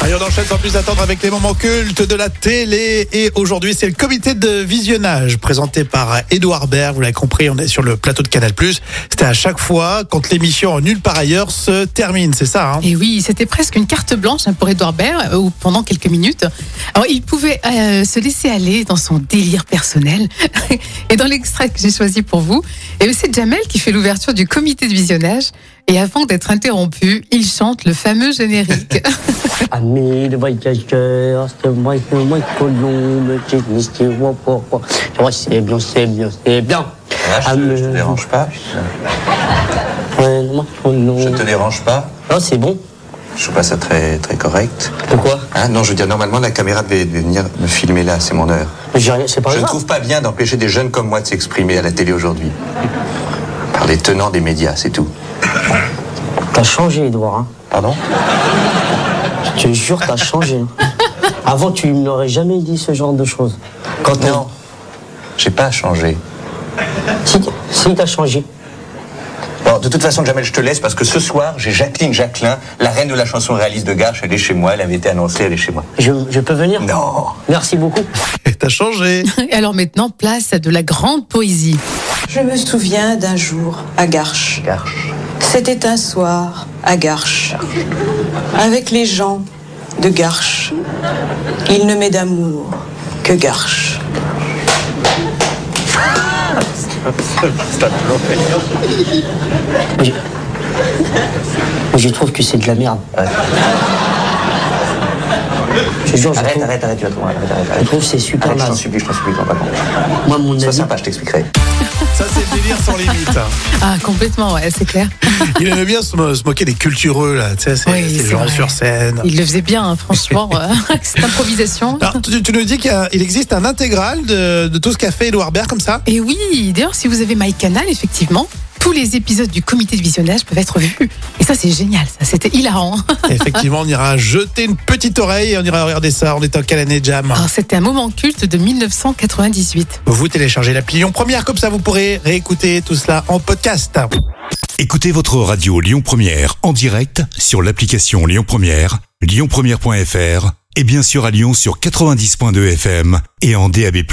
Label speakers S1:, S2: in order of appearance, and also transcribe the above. S1: Allez, on enchaîne sans plus attendre avec les moments cultes de la télé. Et aujourd'hui, c'est le comité de visionnage présenté par Édouard Baird. Vous l'avez compris, on est sur le plateau de Canal+. C'était à chaque fois quand l'émission en nulle part ailleurs se termine, c'est ça hein
S2: Et oui, c'était presque une carte blanche hein, pour Edouard Baird euh, où pendant quelques minutes. Alors, il pouvait euh, se laisser aller dans son délire personnel. et dans l'extrait que j'ai choisi pour vous, eh bien, c'est Jamel qui fait l'ouverture du comité de visionnage. Et avant d'être interrompu, il chante le fameux générique.
S3: Amis de voyageurs, c'est moi, c'est moi, Colombe, j'ai mis ce roi pour roi. Ouais, C'est bien, c'est bien, c'est bien.
S4: Ah, je, te- je te
S3: Amis-
S4: dérange pas
S3: Ouais, moi, Colombe.
S4: Je te dérange pas
S3: Non, c'est bon.
S4: Je trouve pas ça très, très correct.
S3: Pourquoi
S4: Hein non, je veux dire, normalement, la caméra devait, devait venir me filmer là, c'est mon heure.
S3: J'ai rien, c'est pas
S4: je ne
S3: grave.
S4: trouve pas bien d'empêcher des jeunes comme moi de s'exprimer à la télé aujourd'hui. Par les tenants des médias, c'est tout.
S3: T'as changé, Edouard. Hein.
S4: Pardon
S3: Je te jure, t'as changé. Avant, tu ne m'aurais jamais dit ce genre de choses. Quand on-
S4: Non. J'ai pas changé.
S3: Si, si t'as changé.
S4: Bon, de toute façon, Jamel, je te laisse parce que ce soir, j'ai Jacqueline Jacquelin, la reine de la chanson réaliste de Garche, elle est chez moi, elle avait été annoncée, elle est chez moi.
S3: Je, je peux venir
S4: Non
S3: Merci beaucoup.
S1: Et T'as changé
S2: Et Alors maintenant, place à de la grande poésie.
S5: Je me souviens d'un jour à Garches.
S4: Garche.
S5: C'était un soir à Garches. Avec les gens de Garches. Il ne m'est d'amour que Garches.
S3: Je, je trouve que c'est de la merde. Je te jure, je
S4: Arrête,
S3: trouve,
S4: arrête, arrête, tu vas trop loin, arrête, arrête,
S3: je
S4: arrête.
S3: trouve que c'est super
S4: Arrête, je t'en
S3: naze.
S4: supplie, je t'en supplie, t'en vas pas.
S3: Moi, mon avis,
S4: Sois sympa, je t'expliquerai.
S1: Ça, c'est le délire sans limite.
S2: Ah, complètement, ouais, c'est clair.
S1: Il aimait bien se, mo- se moquer des cultureux, là. Tu sais, ces,
S2: Oui,
S1: ces
S2: c'est
S1: gens
S2: vrai.
S1: sur scène.
S2: Il le faisait bien, hein, franchement. euh, avec cette improvisation.
S1: Alors, tu, tu nous dis qu'il y a- il existe un intégral de, de tout ce qu'a fait Édouard Baird comme ça
S2: Et oui, d'ailleurs, si vous avez MyCanal, effectivement, tous les épisodes du comité de visionnage peuvent être vus. Et ça, c'est génial, ça. C'était hilarant. hein.
S1: Effectivement, on ira jeter une petite oreille et on ira regarder ça. On est en quelle année, Jam
S2: Alors, C'était un moment culte de 1998.
S1: Vous téléchargez l'appli Lyon Première, comme ça vous pourrez réécouter tout cela en podcast.
S6: Écoutez votre radio Lyon Première en direct sur l'application Lyon Première, lyonpremière.fr et bien sûr à Lyon sur 90.2 FM et en DAB+.